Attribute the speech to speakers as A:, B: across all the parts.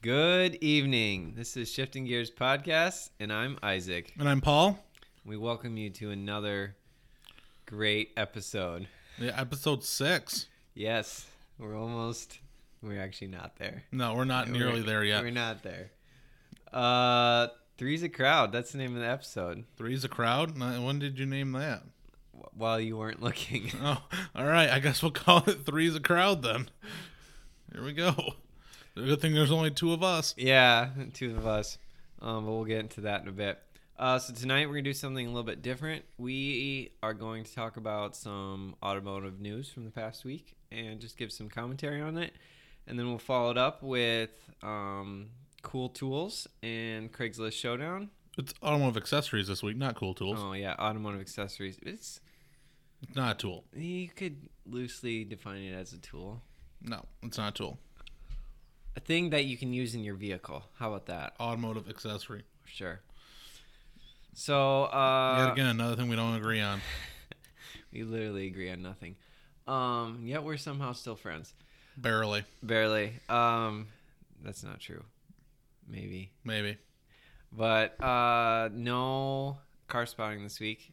A: Good evening. This is Shifting Gears Podcast, and I'm Isaac.
B: And I'm Paul.
A: We welcome you to another great episode.
B: Yeah, episode six.
A: Yes, we're almost, we're actually not there.
B: No, we're not nearly
A: We're-
B: there
A: We're
B: yet.
A: not there. Uh, Three's a Crowd. That's the name of the episode.
B: Three's a crowd. N- When did you name that?
A: Wh- While you weren't looking.
B: Oh, all right. I guess we'll call it Three's a crowd then. Here we go. Good thing there's only two of us.
A: Yeah, two of us. Um, but we'll get into that in a bit. Uh, so tonight we're gonna do something a little bit different. We are going to talk about some automotive news from the past week and just give some commentary on it, and then we'll follow it up with um, cool tools and Craigslist Showdown.
B: It's automotive accessories this week, not cool tools.
A: Oh yeah, automotive accessories. It's
B: It's not a tool.
A: you could loosely define it as a tool,
B: No, it's not a tool.
A: a thing that you can use in your vehicle. How about that?
B: Automotive accessory.
A: Sure. So uh,
B: Yet again, another thing we don't agree on.
A: We literally agree on nothing. Um, yet we're somehow still friends.
B: Barely,
A: Barely. Um, that's not true. Maybe.
B: maybe.
A: But uh, no car spotting this week.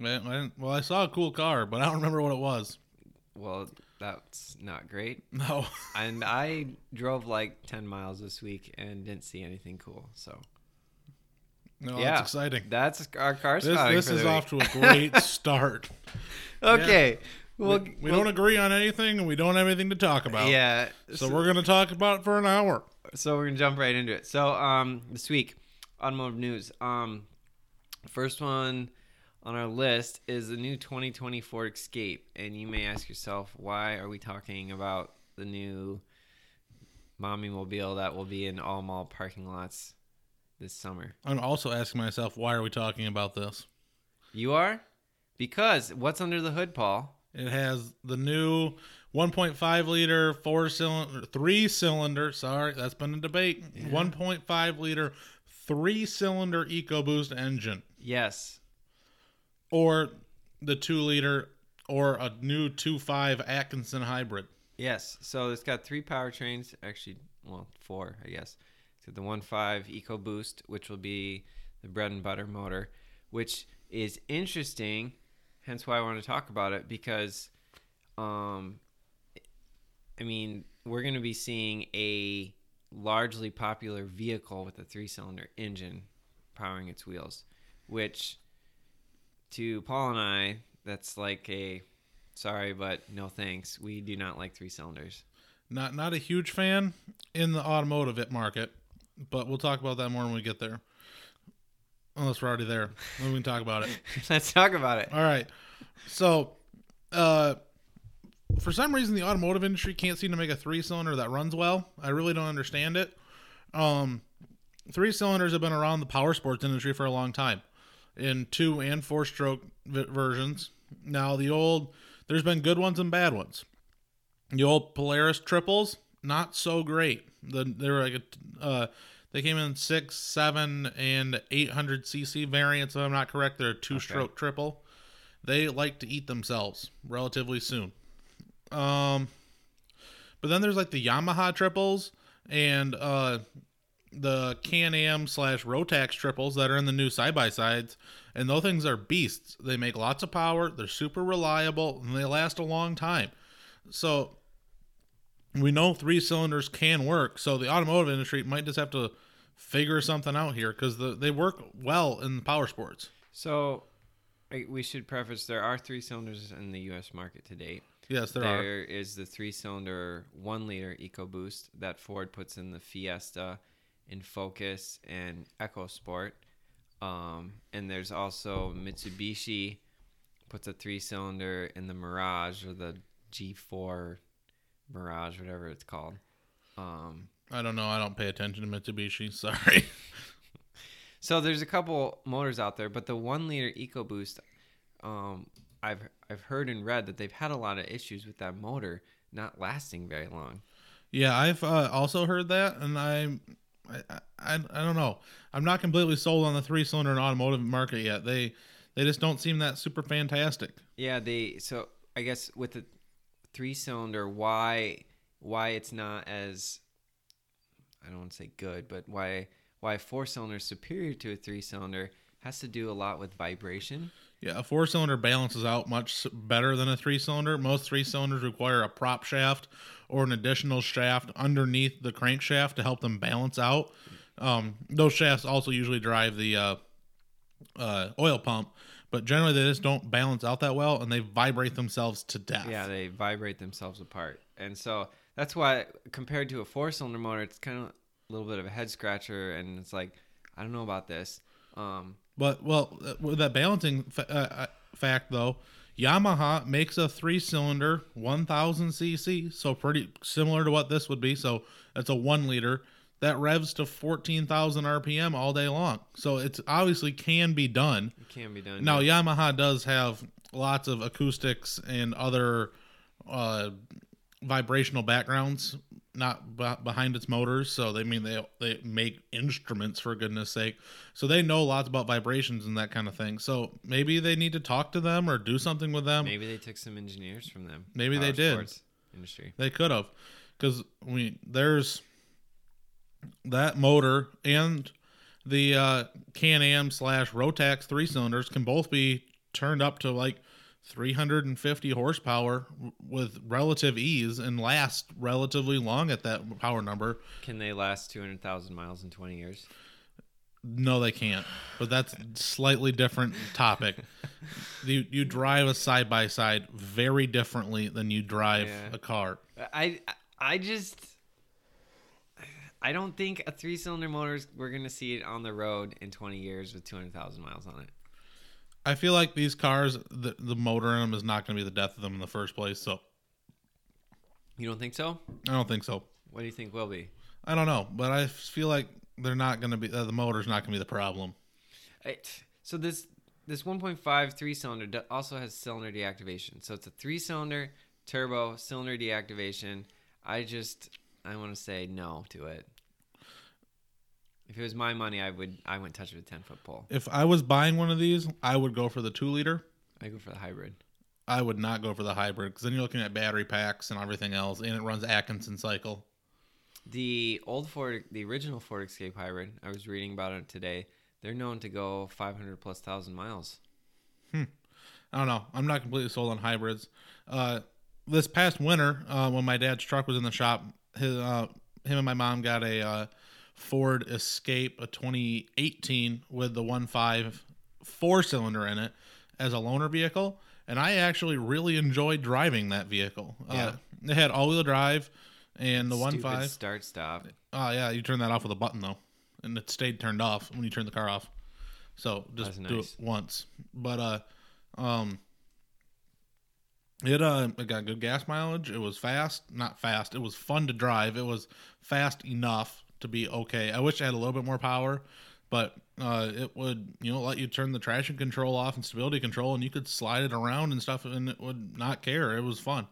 B: Well, I didn't- well, I saw a cool car, but I don't remember what it was.
A: Well, that's not great.
B: No.
A: And I drove like 10 miles this week and didn't see anything cool. So
B: No, it's
A: Yeah.
B: exciting.
A: that's our car
B: This,
A: spotting.
B: this
A: for the
B: is
A: week.
B: off to a great start.
A: Okay. Well,
B: we we don't agree on anything, and we don't have anything to talk about.
A: Yeah.
B: So we're gonna talk about it for an hour.
A: so we're gonna jump right into it. So um, this week, automotive news. Um, first one on our list is the new 2020 Ford Escape, and you may ask yourself, why are we talking about the new mommy mobile that will be in all mall parking lots this summer?
B: I'm also asking myself, why are we talking about this?
A: You are because what's under the hood, Paul?
B: It has the new 1.5 liter four cylinder, three cylinder. Sorry, that's been a debate. 1.5 liter three cylinder EcoBoost engine,
A: Yes,
B: or the two liter, or a new 2.5 Atkinson hybrid.
A: Yes. So it's got three powertrains, actually, well, four, I guess. It's got the 1.5 EcoBoost, which will be the bread and butter motor, which is interesting. Hence why I want to talk about it because, um, I mean, we're going to be seeing a largely popular vehicle with a three-cylinder engine powering its wheels, which to Paul and I, that's like a Sorry, but no thanks. We do not like three cylinders.
B: Not not a huge fan in the automotive it market, but we'll talk about that more when we get there. Unless we're already there, then we can talk about it.
A: Let's talk about it.
B: All right. So, uh, for some reason, the automotive industry can't seem to make a three cylinder that runs well. I really don't understand it. Um, three cylinders have been around the power sports industry for a long time in two and four stroke v- versions. Now, the old, there's been good ones and bad ones. The old Polaris triples, not so great. The, they were like a, t- uh, they came in six, seven, and 800 cc variants. If I'm not correct, they're a two stroke triple. They like to eat themselves relatively soon. Um, but then there's like the Yamaha triples and uh, the Can Am slash Rotax triples that are in the new side by sides, and those things are beasts. They make lots of power, they're super reliable, and they last a long time. So we know three cylinders can work. So the automotive industry might just have to figure something out here because the, they work well in the power sports.
A: So, I- we should preface there are three cylinders in the U.S. market to date.
B: Yes, there, are.
A: There is the three cylinder, one liter EcoBoost that Ford puts in the Fiesta, in Focus, and EcoSport. Um, and there's also Mitsubishi puts a three cylinder in the Mirage or the G4 Mirage, whatever it's called. Um,
B: I don't know. I don't pay attention to Mitsubishi. Sorry.
A: So there's a couple motors out there, but the one liter EcoBoost, um, I've I've heard and read that they've had a lot of issues with that motor not lasting very long.
B: Yeah, I've uh, also heard that, and I'm, I, I, I don't know. I'm not completely sold on the three cylinder and automotive market yet. They, they just don't seem that super fantastic.
A: Yeah, they so I guess with the three cylinder, why why it's not as I don't want to say good, but why why a four cylinder is superior to a three cylinder has to do a lot with vibration.
B: Yeah, a four cylinder balances out much better than a three cylinder. Most three cylinders require a prop shaft or an additional shaft underneath the crankshaft to help them balance out. Um, those shafts also usually drive the uh, uh, oil pump, but generally they just don't balance out that well and they vibrate themselves to death.
A: Yeah, they vibrate themselves apart, and so that's why compared to a four cylinder motor, it's kind of a little bit of a head scratcher, and it's like I don't know about this. Um,
B: But well, uh, with that balancing fa- uh, uh, fact though, Yamaha makes a three-cylinder 1,000 cc, so pretty similar to what this would be. So that's a one-liter that revs to 14,000 RPM all day long. So it's obviously can be done.
A: it can be done.
B: Now Yamaha does have lots of acoustics and other uh, vibrational backgrounds not b- behind its motors so they mean they they make instruments for goodness sake so they know lots about vibrations and that kind of thing so maybe they need to talk to them or do something with them
A: Maybe they took some engineers from them.
B: um, Maybe they did.
A: sports Industry.
B: They could have, because I mean, there's that motor and the uh, Can-Am slash Rotax three cylinders can both be turned up to like 350 horsepower w- with relative ease and last relatively long at that power number.
A: Can they last 200,000 miles in 20 years?
B: No, they can't. But that's slightly different topic. you you drive a side by side very differently than you drive
A: Yeah.
B: a car.
A: I I just I don't think a three-cylinder motor is we're going to see it on the road in 20 years with 200,000 miles on it.
B: I feel like these cars, the, the motor in them is not going to be the death of them in the first place. So
A: You don't think so?
B: I don't think so.
A: What do you think will be?
B: I don't know, but I feel like they're not going to be, uh, the motor's not going to be the problem.
A: I- So this this 1.5 three-cylinder do- also has cylinder deactivation. So it's a three-cylinder turbo cylinder deactivation. I just I want to say no to it. If it was my money, I would I wouldn't touch it with a 10-foot pole.
B: If I was buying one of these, I would go for the two liter.
A: I go for the hybrid.
B: I would not go for the hybrid because then you're looking at battery packs and everything else, and it runs Atkinson cycle.
A: The old Ford, the original Ford Escape hybrid, I was reading about it today. They're known to go 500 plus thousand miles.
B: I don't know. I'm not completely sold on hybrids. Uh, this past winter, uh, when my dad's truck was in the shop, his, uh, him and my mom got a uh, Ford Escape, a 2018 with the 1.5 four cylinder in it as a loaner vehicle. And I actually really enjoyed driving that vehicle. Uh, it had all wheel drive and the
A: Stupid
B: 1.5.
A: start stop.
B: Oh, yeah. You turn that off with a button, though. And it stayed turned off when you turn the car off. So just
A: That's
B: do
A: nice.
B: it once. But, uh, um, it, uh, it got good gas mileage. It was fast. Not fast. It was fun to drive. It was fast enough to be okay. I wish it had a little bit more power, but, uh, it would, you know, let you turn the traction control off and stability control and you could slide it around and stuff and it would not care. It was fun.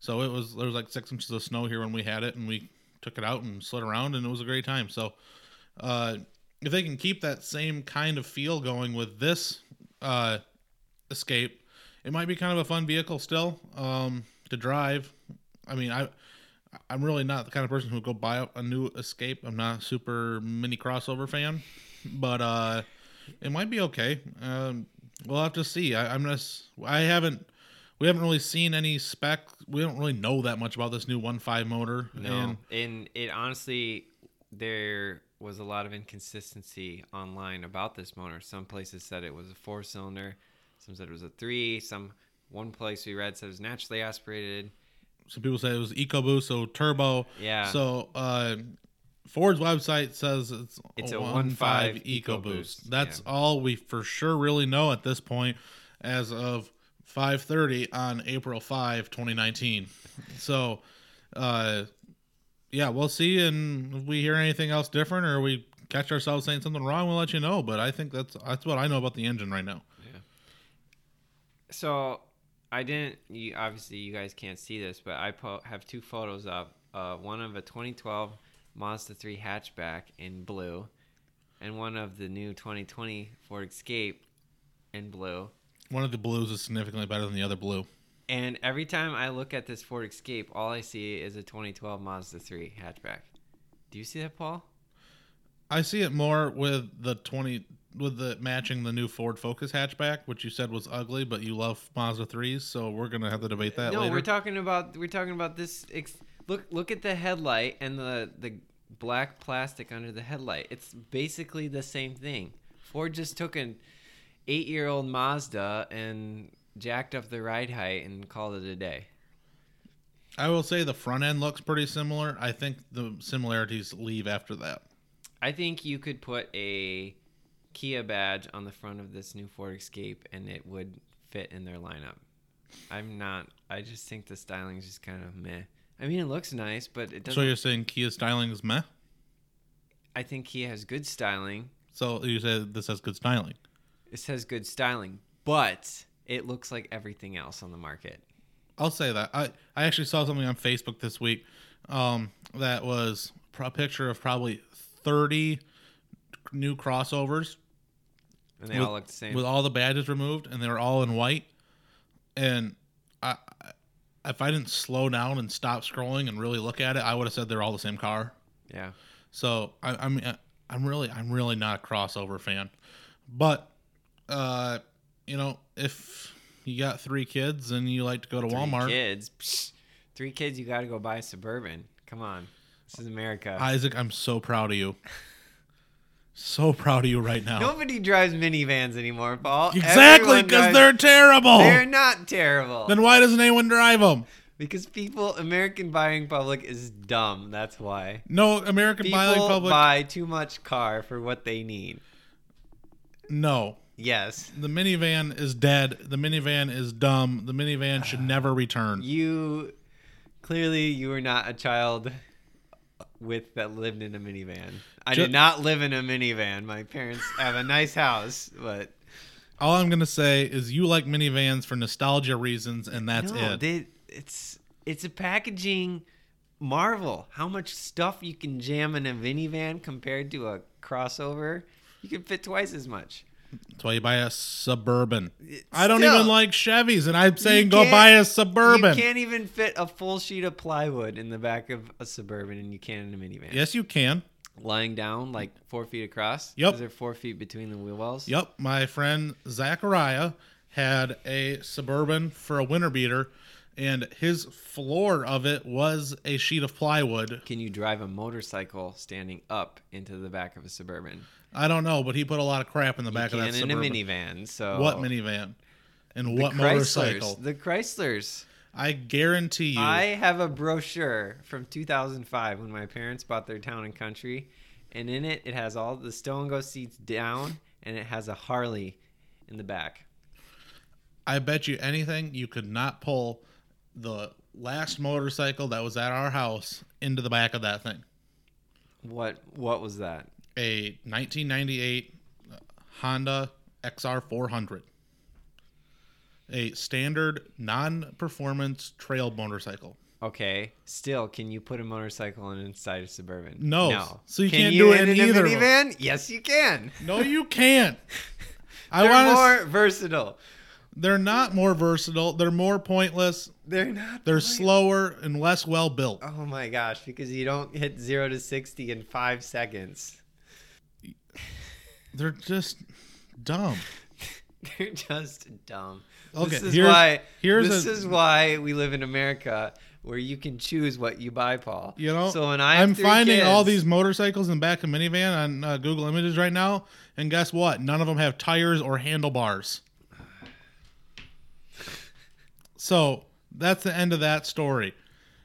B: So it was there was like six inches of snow here when we had it, and we took it out and slid around, and it was a great time. So uh, if they can keep that same kind of feel going with this uh, escape, it might be kind of a fun vehicle still um, to drive. I mean, I I'm really not the kind of person who would go buy a new escape. I'm not a super mini crossover fan, but uh, it might be okay. Um, we'll have to see. I, I'm just I haven't we haven't really seen any spec. We don't really know that much about this new 1.5 motor.
A: No,
B: And
A: and it honestly, there was a lot of inconsistency online about this motor. Some places said it was a four cylinder, some said it was a three. Some one place we read said it was naturally aspirated.
B: some people say it was EcoBoost, so turbo.
A: Yeah.
B: So uh, Ford's website says it's,
A: It's a 1.5 EcoBoost,
B: 1.5 EcoBoost. That's
A: yeah.
B: all we for sure really know at this point as of 5:30 on April 5, 2019. so uh yeah, we'll see and if we hear anything else different or we catch ourselves saying something wrong, we'll let you know, but I think that's that's what I know about the engine right now.
A: So I didn't. You, obviously, you guys can't see this, but I po- have two photos up. Uh, one of a 2012 Mazda 3 hatchback in blue, and one of the new 2020 Ford Escape in blue.
B: One of the blues is significantly better than the other blue.
A: And every time I look at this Ford Escape, all I see is a 2012 Mazda 3 hatchback. Do you see that, Paul?
B: I see it more with the 20 with the matching the new Ford Focus hatchback, which you said was ugly, but you love Mazda 3s, so we're going to have to debate that
A: no,
B: later.
A: we're talking about we're talking about this. Ex- look look at the headlight and the the black plastic under the headlight. It's basically the same thing. Ford just took an eight year old Mazda and jacked up the ride height and called it a day.
B: I will say the front end looks pretty similar. I think the similarities leave after that.
A: I think you could put a Kia badge on the front of this new Ford Escape and it would fit in their lineup. I'm not. I just think the styling is just kind of meh. I mean, it looks nice, but it doesn't.
B: So you're saying Kia styling is meh?
A: I think Kia has good styling.
B: So you said this has good styling.
A: It says good styling, but it looks like everything else on the market.
B: I'll say that. I, I actually saw something on Facebook this week um, that was pro- a picture of probably 30 new crossovers
A: And they
B: With-
A: all look the same.
B: with all the badges removed, and they were all in white. And I, I- if I didn't slow down and stop scrolling and really look at it, I would have said they're all the same car.
A: yeah.
B: So I, I'm I'm really I'm really not a crossover fan, but uh, you know if you got three kids and you like to go to
A: Three
B: Walmart,
A: kids. Psh, three kids, you got to go buy a Suburban. Come on. This is America.
B: Isaac, I'm so proud of you. So proud of you right now.
A: Nobody drives minivans anymore, Paul.
B: exactly,
A: Everyone
B: because
A: drives-
B: they're terrible.
A: They're not terrible.
B: Oh. then why doesn't anyone drive them?
A: because people, American buying public is dumb. That's why.
B: No, American
A: People
B: Biling Public.
A: buy too much car for what they need.
B: no,
A: Yes.
B: the minivan is dead. The minivan is dumb. The minivan should never return.
A: You clearly you were not a child with that lived in a minivan. I
B: Ju-
A: did not live in a minivan. My parents have a nice house, but
B: All I'm gonna say is you like minivans for nostalgia reasons, and that's
A: no,
B: it.
A: they, it's it's a packaging marvel. How much stuff you can jam in a minivan compared to a crossover? You can fit twice as much.
B: that's why you buy a suburban. I don't
A: still-
B: even like Chevys, and I'm saying
A: You
B: go
A: can't-
B: buy a
A: You
B: suburban.
A: can't even fit a full sheet of plywood in the back of a suburban, and you can in a minivan.
B: yes, you can.
A: lying down like four feet across.
B: Yep.
A: Is there four feet between the wheel wells?
B: Yep, my friend Zachariah had a suburban for a winter beater, and his floor of it was a sheet of plywood.
A: Can you drive a motorcycle standing up into the back of a suburban?
B: I don't know, but he put a lot of crap in the back
A: you
B: of
A: can
B: that
A: in a
B: suburban.
A: minivan. So
B: What minivan? And what
A: Oh. Chryslers,
B: motorcycle?
A: The Chryslers.
B: I guarantee you.
A: I have a brochure from 2005 when my parents bought their town and country, and in it it has all the Stone Go seats down, and it has a Harley in the back.
B: I bet you anything you could not pull the last motorcycle that was at our house into the back of that thing.
A: What what was that?
B: A 1998 Honda XR400. A standard non-performance trail motorcycle.
A: Okay. Still, can you put a motorcycle in inside a suburban?
B: No. So you can't do it in
A: a
B: either of
A: minivan? Yes, you can.
B: No, you can't. I
A: They're
B: want
A: more
B: to.
A: versatile.
B: They're not more versatile. They're more pointless.
A: They're not.
B: They're
A: really-
B: slower and less well built.
A: Oh my gosh! Because you don't hit zero to sixty in five seconds.
B: They're just dumb.
A: They're just dumb.
B: Okay,
A: this is
B: here's-
A: why.
B: here's
A: this
B: a-
A: is why we live in America, where you can choose what you buy, Paul.
B: You know,
A: So when I have
B: I'm
A: three
B: finding all
A: kids-
B: these motorcycles in the back of minivan on uh, Google Images right now, and guess what? None of them have tires or handlebars. So that's the end of that story.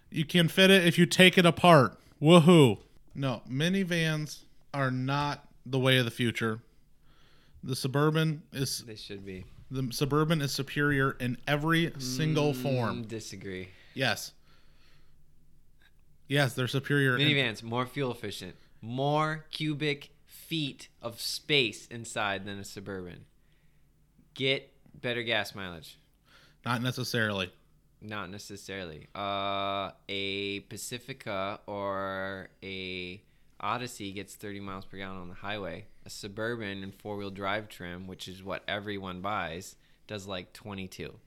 B: You can fit it if you take it apart. Woohoo! No, minivans are not the way of the future. The suburban is
A: they should be.
B: the suburban is superior in every single
A: Mm,
B: form.
A: Disagree.
B: Yes. Yes, they're superior. in-
A: Minivans more fuel efficient, more cubic feet of space inside than a suburban. Get better gas mileage.
B: Not necessarily.
A: Not necessarily. Uh, a Pacifica or a Odyssey gets 30 miles per gallon on the highway. A Suburban and four-wheel drive trim, which is what everyone buys, does like 22.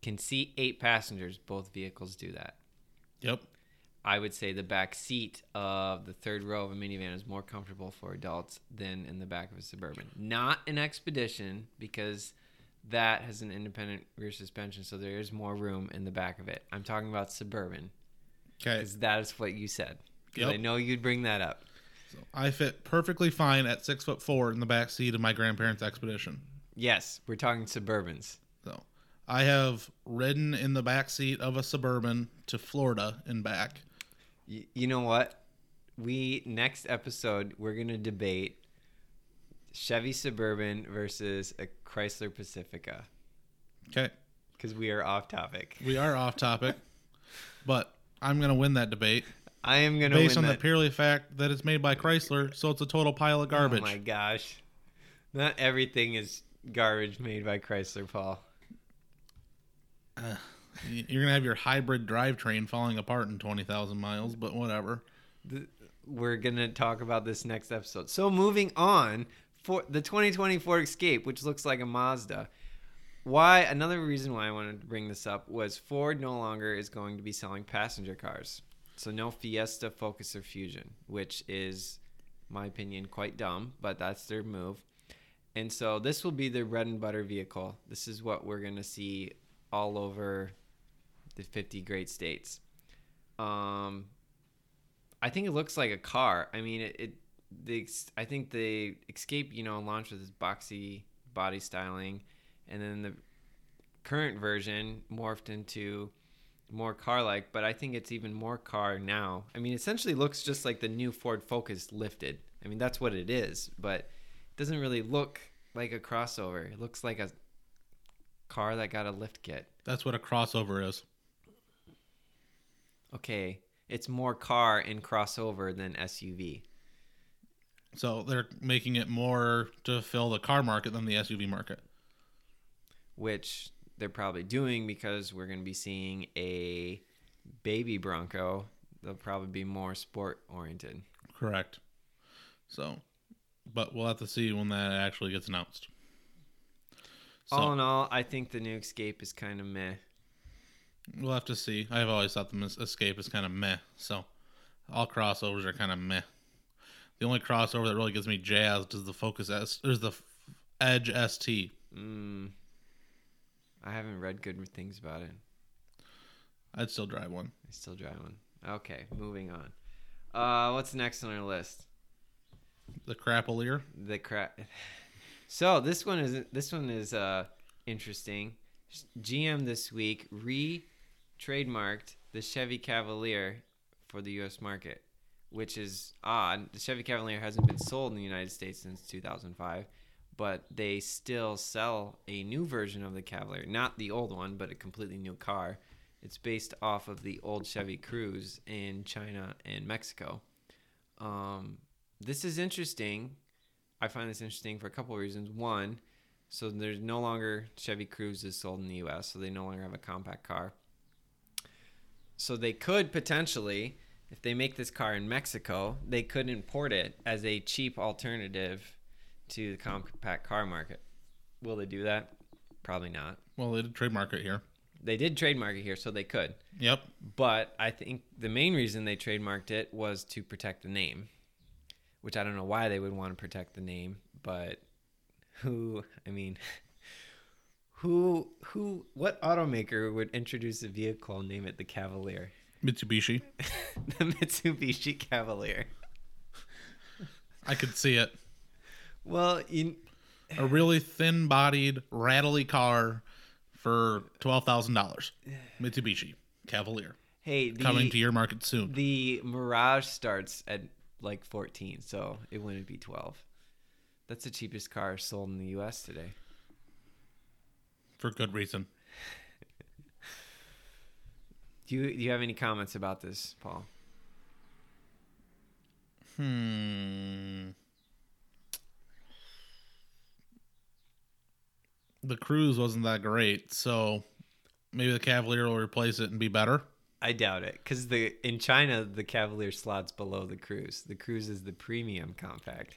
A: Can seat eight passengers. Both vehicles do that.
B: Yep.
A: I would say the back seat of the third row of a minivan is more comfortable for adults than in the back of a Suburban. Not an Expedition because that has an independent rear suspension, so there is more room in the back of it. I'm talking about Suburban
B: Okay.
A: because that is what you said. 'Cause I
B: Yep.
A: know you'd bring that up.
B: I fit perfectly fine at six foot four in the back seat of my grandparents' expedition.
A: Yes, we're talking Suburbans.
B: So I have ridden in the back seat of a suburban to Florida and back.
A: Y- you know what? We next episode we're gonna debate Chevy Suburban versus a Chrysler Pacifica
B: Okay.
A: because we are off topic.
B: We are off topic, but I'm gonna win that debate
A: I am gonna
B: based
A: win
B: on
A: that.
B: the purely fact that it's made by Chrysler, so it's a total pile of garbage.
A: Oh my gosh. Not everything is garbage made by Chrysler, Paul.
B: Y- You're gonna have your hybrid drivetrain falling apart in twenty thousand miles, but whatever.
A: Th- We're going to talk about this next episode. So, moving on for the 2020 Ford Escape, which looks like a Mazda. Why another reason why I wanted to bring this up was Ford no longer is going to be selling passenger cars. So no Fiesta, Focus or Fusion, which is my opinion quite dumb, but that's their move. And so this will be their bread and butter vehicle. This is what we're going to see all over the 50 great states. Um, I think it looks like a car. I mean, it. it the ex- I think the Escape, you know, launched with this boxy body styling, and then the current version morphed into more car-like. But I think it's even more car now. I mean, essentially looks just like the new Ford Focus lifted. I mean, that's what it is, but it doesn't really look like a crossover. It looks like a car that got a lift kit.
B: That's what a crossover is.
A: Okay, it's more car and crossover than SUV.
B: So they're making it more to fill the car market than the SUV market.
A: which they're probably doing because we're going to be seeing a baby Bronco. They'll probably be more sport oriented.
B: Correct. So, but we'll have to see when that actually gets announced. So
A: all in all, I think the new Escape is kind of meh.
B: we'll have to see. I've always thought the Mis- Escape is kind of meh. So all crossovers are kind of meh. The only crossover that really gets me jazzed is the Focus S. There's the F- Edge ST.
A: Mm, I haven't read good things about it.
B: I'd still drive one.
A: I still drive one. Okay, moving on. Uh, what's next on our list?
B: The Crapalier.
A: The crap. So this one is this one is uh interesting. GM this week re trademarked the Chevy Cavalier for the U.S. market, which is odd. The Chevy Cavalier hasn't been sold in the United States since 2005, but they still sell a new version of the Cavalier, not the old one, but a completely new car. It's based off of the old Chevy Cruze in China and Mexico. Um, this is interesting. I find this interesting for a couple of reasons. One, so there's no longer Chevy Cruze is sold in the U.S., so they no longer have a compact car. So they could potentially, if they make this car in Mexico, they could import it as a cheap alternative to the compact car market. Will they do that? Probably not.
B: Well, they did trademark it here.
A: They did trademark it here, so they could.
B: Yep.
A: But I think the main reason they trademarked it was to protect the name, which I don't know why they would want to protect the name, but who, I mean, who, who, what automaker would introduce a vehicle and name it the Cavalier?
B: Mitsubishi.
A: the Mitsubishi Cavalier.
B: I could see it.
A: Well, you,
B: A really thin bodied, rattly car for $12,000. Mitsubishi Cavalier.
A: hey, the,
B: Coming to your market soon.
A: the Mirage starts at like 14, so it wouldn't be 12. That's the cheapest car sold in the US today.
B: for good reason.
A: Do you, do you have any comments about this, Paul?
B: Hmm. The cruise wasn't that great, so maybe the Cavalier will replace it and be better.
A: I doubt it, because the in China the Cavalier slots below the Cruise. The Cruise is the premium compact.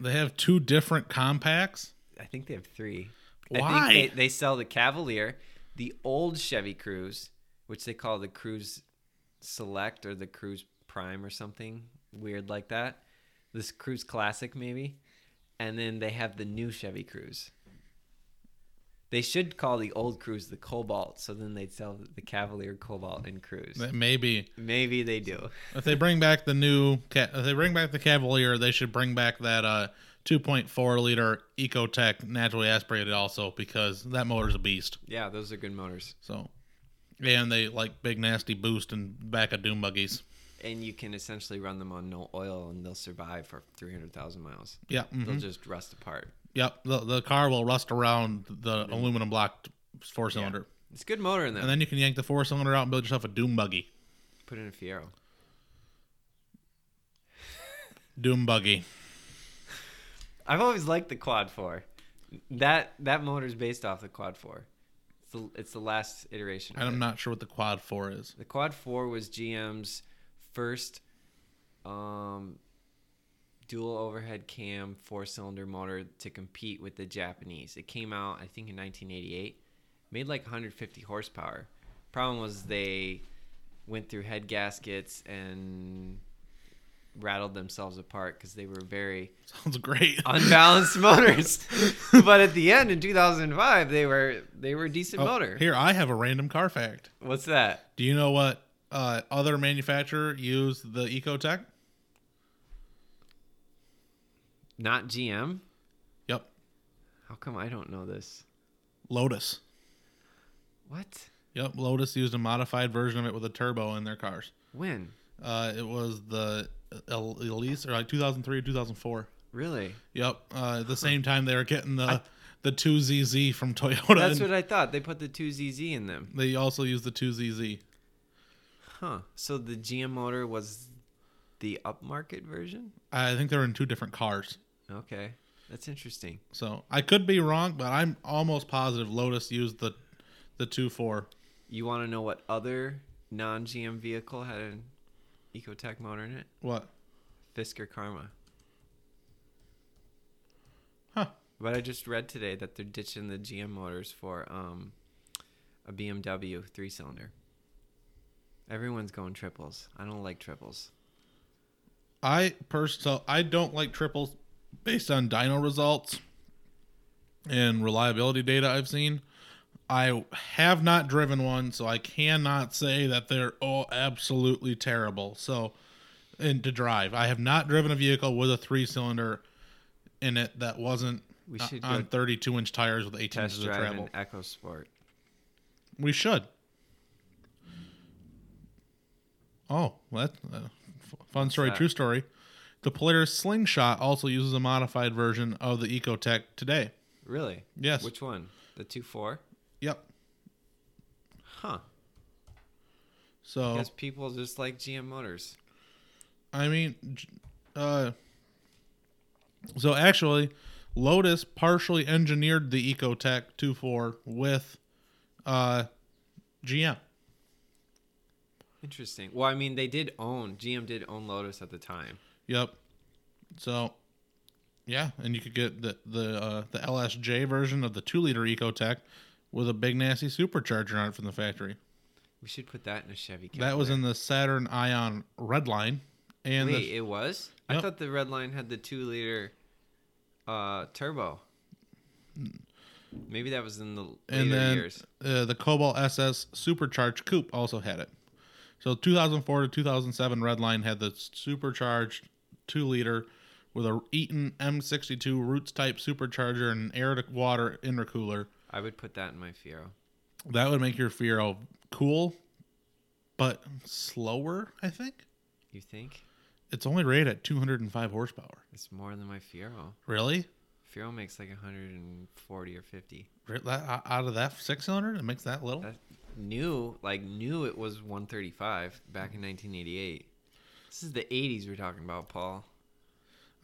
B: They have two different compacts.
A: I think they have three. I
B: Why?
A: think they, they sell the Cavalier, the old Chevy Cruise, which they call the Cruise Select or the Cruise Prime or something weird like that. This Cruise Classic maybe, and then they have the new Chevy Cruise. They should call the old Cruise the Cobalt, so then they'd sell the Cavalier Cobalt and Cruise.
B: Maybe
A: Maybe they do.
B: if they bring back the new, Ca- if they bring back the Cavalier, they should bring back that uh 2.4 liter Ecotec naturally aspirated also because that motor's a beast.
A: Yeah, those are good motors.
B: So, and they like big nasty boost and back of doom buggies.
A: and you can essentially run them on no oil and they'll survive for 300,000 miles.
B: Yeah, mhm.
A: They'll just rust apart.
B: yep. The, the car will rust around the aluminum block four cylinder,
A: It's a good motor in
B: and
A: them.
B: then you can yank the four cylinder out and build yourself a doom buggy.
A: Put in a Fiero.
B: Doom buggy.
A: I've always liked the Quad 4. That that motor's based off the Quad 4. It's the, it's the last iteration. of it.
B: I'm not sure what the quad four is.
A: The Quad 4 was GM's first um, dual overhead cam four cylinder motor to compete with the Japanese. It came out, I think, in 1988, made like 150 horsepower. Problem was, they went through head gaskets and rattled themselves apart because they were very
B: Sounds great.
A: unbalanced motors. but at the end in 2005, they were they were a decent
B: Oh,
A: motor.
B: Here, I have a random car fact.
A: What's that?
B: Do you know what uh, other manufacturer used the Ecotec?
A: Not GM?
B: Yep,
A: How come I don't know this?
B: Lotus.
A: What?
B: Yep, Lotus used a modified version of it with a turbo in their cars.
A: When?
B: Uh, it was the uh, El- Elise or like 2003 or 2004.
A: Really?
B: Yep, uh, at the same time they were getting the the two ZZ from Toyota.
A: That's
B: and
A: what I thought. They put the two ZZ in them.
B: they also used the two ZZ.
A: Huh. So the GM motor was the upmarket version?
B: I think they were in two different cars.
A: Okay. That's interesting.
B: So I could be wrong, but I'm almost positive Lotus used the the two four.
A: You want to know what other non GM vehicle had an Ecotec motor in it?
B: What?
A: Fisker Karma.
B: Huh.
A: But I just read today that they're ditching the GM motors for um, a BMW three cylinder. Everyone's going triples. I don't like triples.
B: I pers- so I don't like triples based on dyno results and reliability data I've seen. I have not driven one, so I cannot say that they're all absolutely terrible. So, and to drive, I have not driven a vehicle with a three cylinder in it that wasn't
A: We
B: uh,
A: should go
B: on 32 inch tires with 18
A: Test
B: inches of
A: drive
B: travel.
A: an Echo Sport.
B: We should. Oh, well, that's uh, f- fun story,
A: that?
B: true story. The Polaris Slingshot also uses a modified version of the Ecotec today.
A: Really?
B: Yes.
A: Which one? The two four?
B: Yep.
A: Huh.
B: So
A: Because people just like GM motors.
B: I mean, j- uh, so actually, Lotus partially engineered the Ecotec 2.4 with uh, GM.
A: Interesting. Well, I mean, they did own GM did own Lotus at the time.
B: Yep. So, yeah, and you could get the the uh, the LSJ version of the two liter EcoTech with a big nasty supercharger on it from the factory.
A: We should put that in a Chevy.
B: That was
A: Cavalier.
B: in the Saturn Ion Red Line, and
A: Wait,
B: the,
A: it was. I
B: Yep.
A: thought the Red Line had the two liter uh, turbo. Maybe that was in the later
B: and then
A: years.
B: uh, the Cobalt SS Supercharged Coupe also had it. So 2004 to 2007 Red Line had the supercharged two liter with a Eaton M62 Roots type supercharger and an air to water intercooler.
A: I would put that in my Fiero.
B: That would make your Fiero cool, but slower, I think.
A: You think
B: It's only rated at 205 horsepower.
A: it's more than my Fiero?
B: Really?
A: Fiero makes like 140 or 50.
B: Re- that- o- Out of that six cylinder, it makes that little?
A: That knew like knew it was 135 back in 1988. This is the 80s we're talking about, Paul.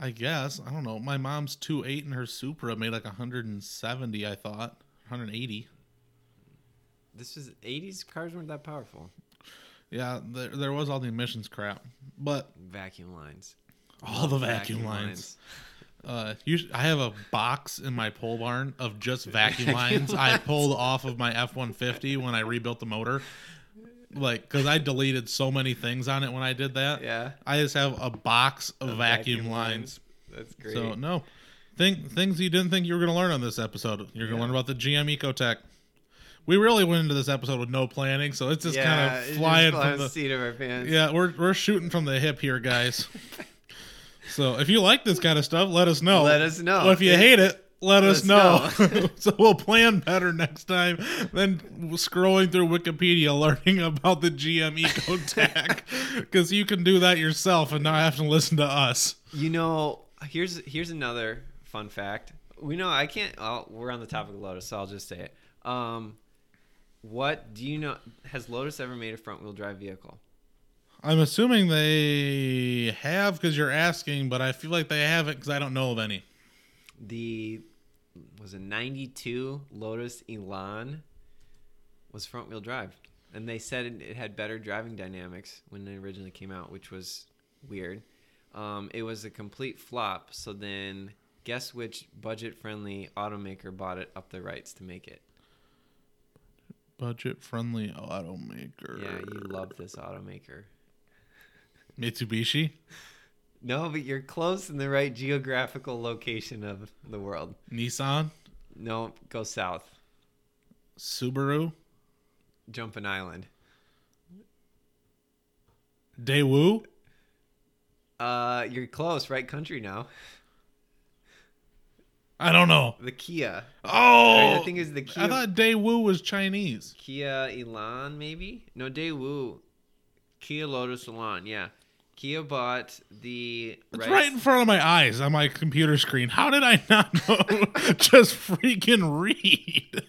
B: I guess. I don't know. My mom's 2.8 and her Supra made like 170, I thought. 180.
A: This is 80s cars weren't that powerful.
B: Yeah, there, there was all the emissions crap, but
A: Vacuum lines.
B: all the vacuum, lines. Uh, you sh- I have a box in my pole barn of just vacuum
A: Vacuum
B: lines I pulled off of my F 150 when I rebuilt the motor. like because I deleted so many things on it when I did that.
A: Yeah.
B: I just have a box of vacuum, lines.
A: That's great.
B: So no, think things you didn't think you were going to learn on this episode. You're going to learn about the GM Ecotech. We really went into this episode with no planning, so it's just
A: yeah,
B: kind
A: it
B: of
A: just
B: flying
A: fell out
B: from
A: of
B: the
A: seat of our pants.
B: yeah. We're we're shooting from the hip here, guys. so if you like this kind of stuff, let us know.
A: Let us know.
B: Well, if you
A: It-
B: hate it. Let, us
A: us
B: know.
A: know.
B: so we'll plan better next time than scrolling through Wikipedia learning about the GM Ecotech because you can do that yourself and not have to listen to us.
A: You know, here's here's another fun fact. We know I can't. Oh, we're on the topic of Lotus, so I'll just say it. Um, what do you know? Has Lotus ever made a front wheel drive vehicle?
B: I'm assuming they have because you're asking, but I feel like they haven't because I don't know of any.
A: The was a '92 Lotus Elan was front wheel drive, and they said it, it had better driving dynamics when it originally came out, which was weird. Um, it was a complete flop. So then, guess which budget friendly automaker bought it up the rights to make it?
B: Budget friendly automaker.
A: Yeah, you love this automaker.
B: Mitsubishi.
A: No, but you're close in the right geographical location of the world.
B: Nissan.
A: No, go south.
B: Subaru.
A: Jump an island.
B: Daewoo.
A: Uh, you're close, right country now.
B: I don't know.
A: The Kia.
B: Oh!
A: I think it's the Kia.
B: I thought Daewoo was Chinese.
A: Kia Elan, maybe? No, Daewoo. Kia Lotus Elan, yeah. Kia bought the
B: It's right in front of my eyes on my computer screen. How did I not know? Just freaking read.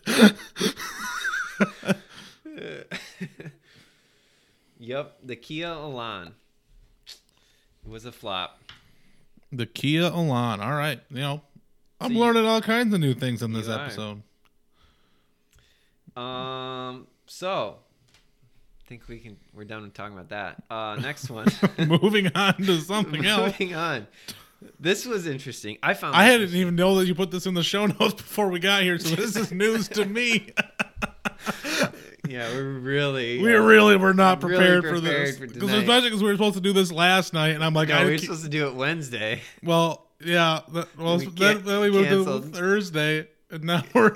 A: yep, the Kia Elan. It was a flop.
B: The Kia Elan. All right, you know, I'm
A: So you-
B: learning all kinds of new things in this
A: You are.
B: episode.
A: Um, so I think we can we're done with talking about that. Uh, next one.
B: Moving on to something else.
A: Moving on. This was interesting. I found
B: I
A: this
B: didn't even know that you put this in the show notes before we got here, so this is news to me.
A: interesting. Yeah, we're really uh,
B: We really were not
A: Really
B: prepared, for
A: prepared
B: this,
A: for
B: because
A: tonight.
B: especially because we were supposed to do this last night, and I'm like,
A: No,
B: I
A: we were
B: keep-
A: supposed to do it Wednesday.
B: well, yeah, that, well,
A: We
B: then,
A: can't-
B: then we moved to
A: canceled.
B: Thursday, and now we're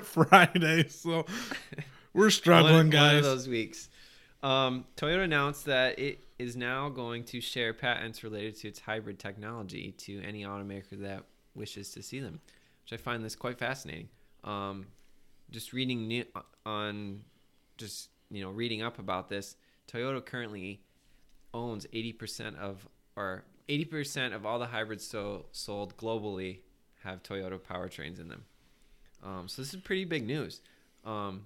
B: Friday, so we're struggling,
A: One, one
B: guys.
A: of those weeks. Um, Toyota announced that it is now going to share patents related to its hybrid technology to any automaker that wishes to see them, which I find this quite fascinating. Um, just reading new, on, just you know, reading up about this, Toyota currently owns 80% of or 80% of all the hybrids so, sold globally have Toyota powertrains in them. Um, so this is pretty big news. Um,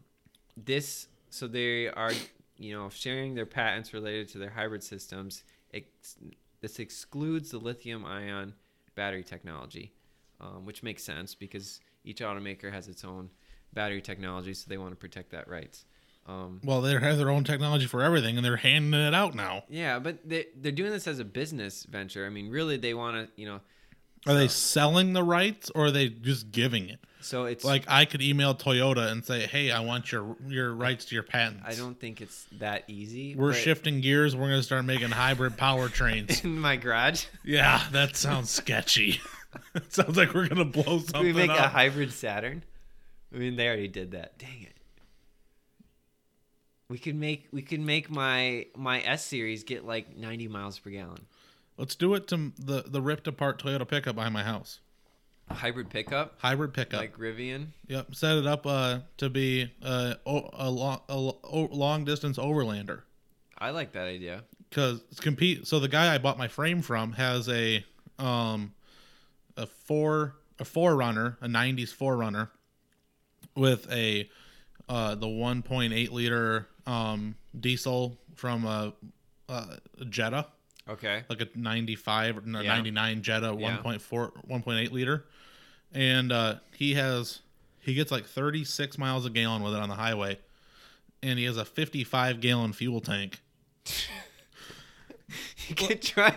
A: this so they are you know sharing their patents related to their hybrid systems. Ex- this excludes the lithium ion battery technology, um, which makes sense because each automaker has its own battery technology, so they want to protect that rights. Um,
B: Well, they have their own technology for everything, and they're handing it out now.
A: yeah, but they they're doing this as a business venture. I mean, really, they want to you know.
B: Are they selling the rights, or are they just giving it?
A: So it's
B: Like I could email Toyota and say, "Hey, I want your your rights to your patents."
A: I don't think it's that easy.
B: We're
A: but
B: shifting gears. We're going to start making hybrid powertrains.
A: in my garage.
B: yeah, that sounds sketchy. it sounds like we're going to blow
A: Can
B: something
A: we make
B: up.
A: a hybrid Saturn? I mean, they already did that. Dang it. We could make we could make my my S series get like 90 miles per gallon.
B: Let's do it to the the ripped apart Toyota pickup by my house.
A: A hybrid pickup
B: Hybrid pickup.
A: like Rivian.
B: yep. Set it up uh, to be uh, o- a, lo- a lo- o- long distance overlander.
A: I like that idea.
B: because it's compete. So the guy I bought my frame from has a um a four a forerunner a '90s forerunner with a uh the 1.8 liter um diesel from a, uh Jetta
A: Okay.
B: like a 95 or
A: Yeah.
B: 99 Jetta
A: Yeah.
B: 1.4 1.8 liter and uh he has he gets like 36 miles a gallon with it on the highway and he has a 55 gallon fuel tank
A: You could try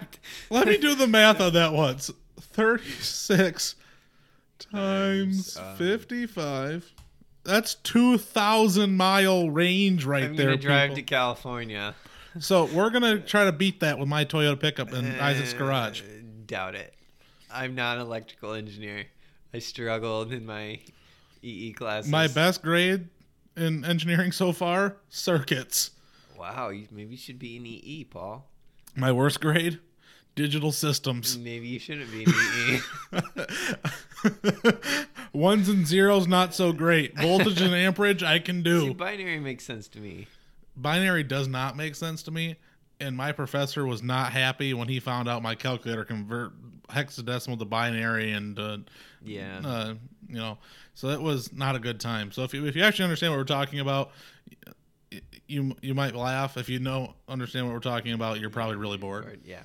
B: Let me do the math on that once. 36 times
A: Times, um,
B: 55 That's two thousand mile range right
A: I'm
B: there.
A: gonna drive
B: people.
A: to California.
B: So we're gonna try to beat that with my Toyota pickup in Isaac's
A: Uh,
B: garage.
A: Doubt it. I'm not an electrical engineer. I struggled in my EE classes.
B: My best grade in engineering so far, circuits.
A: Wow, you, maybe you should be an EE, Paul.
B: My worst grade, digital systems.
A: Maybe you shouldn't be an E EE.
B: Ones and zeros, not so great. Voltage and amperage, I can
A: See,
B: do.
A: binary makes sense to me.
B: Binary does not make sense to me, and my professor was not happy when he found out my calculator convert hexadecimal to binary and uh,
A: Yeah.
B: uh, you know, so that was not a good time. So if you if you actually understand what we're talking about, y- you you might laugh. If you know understand what we're talking about, you're probably really bored.
A: Or- yeah.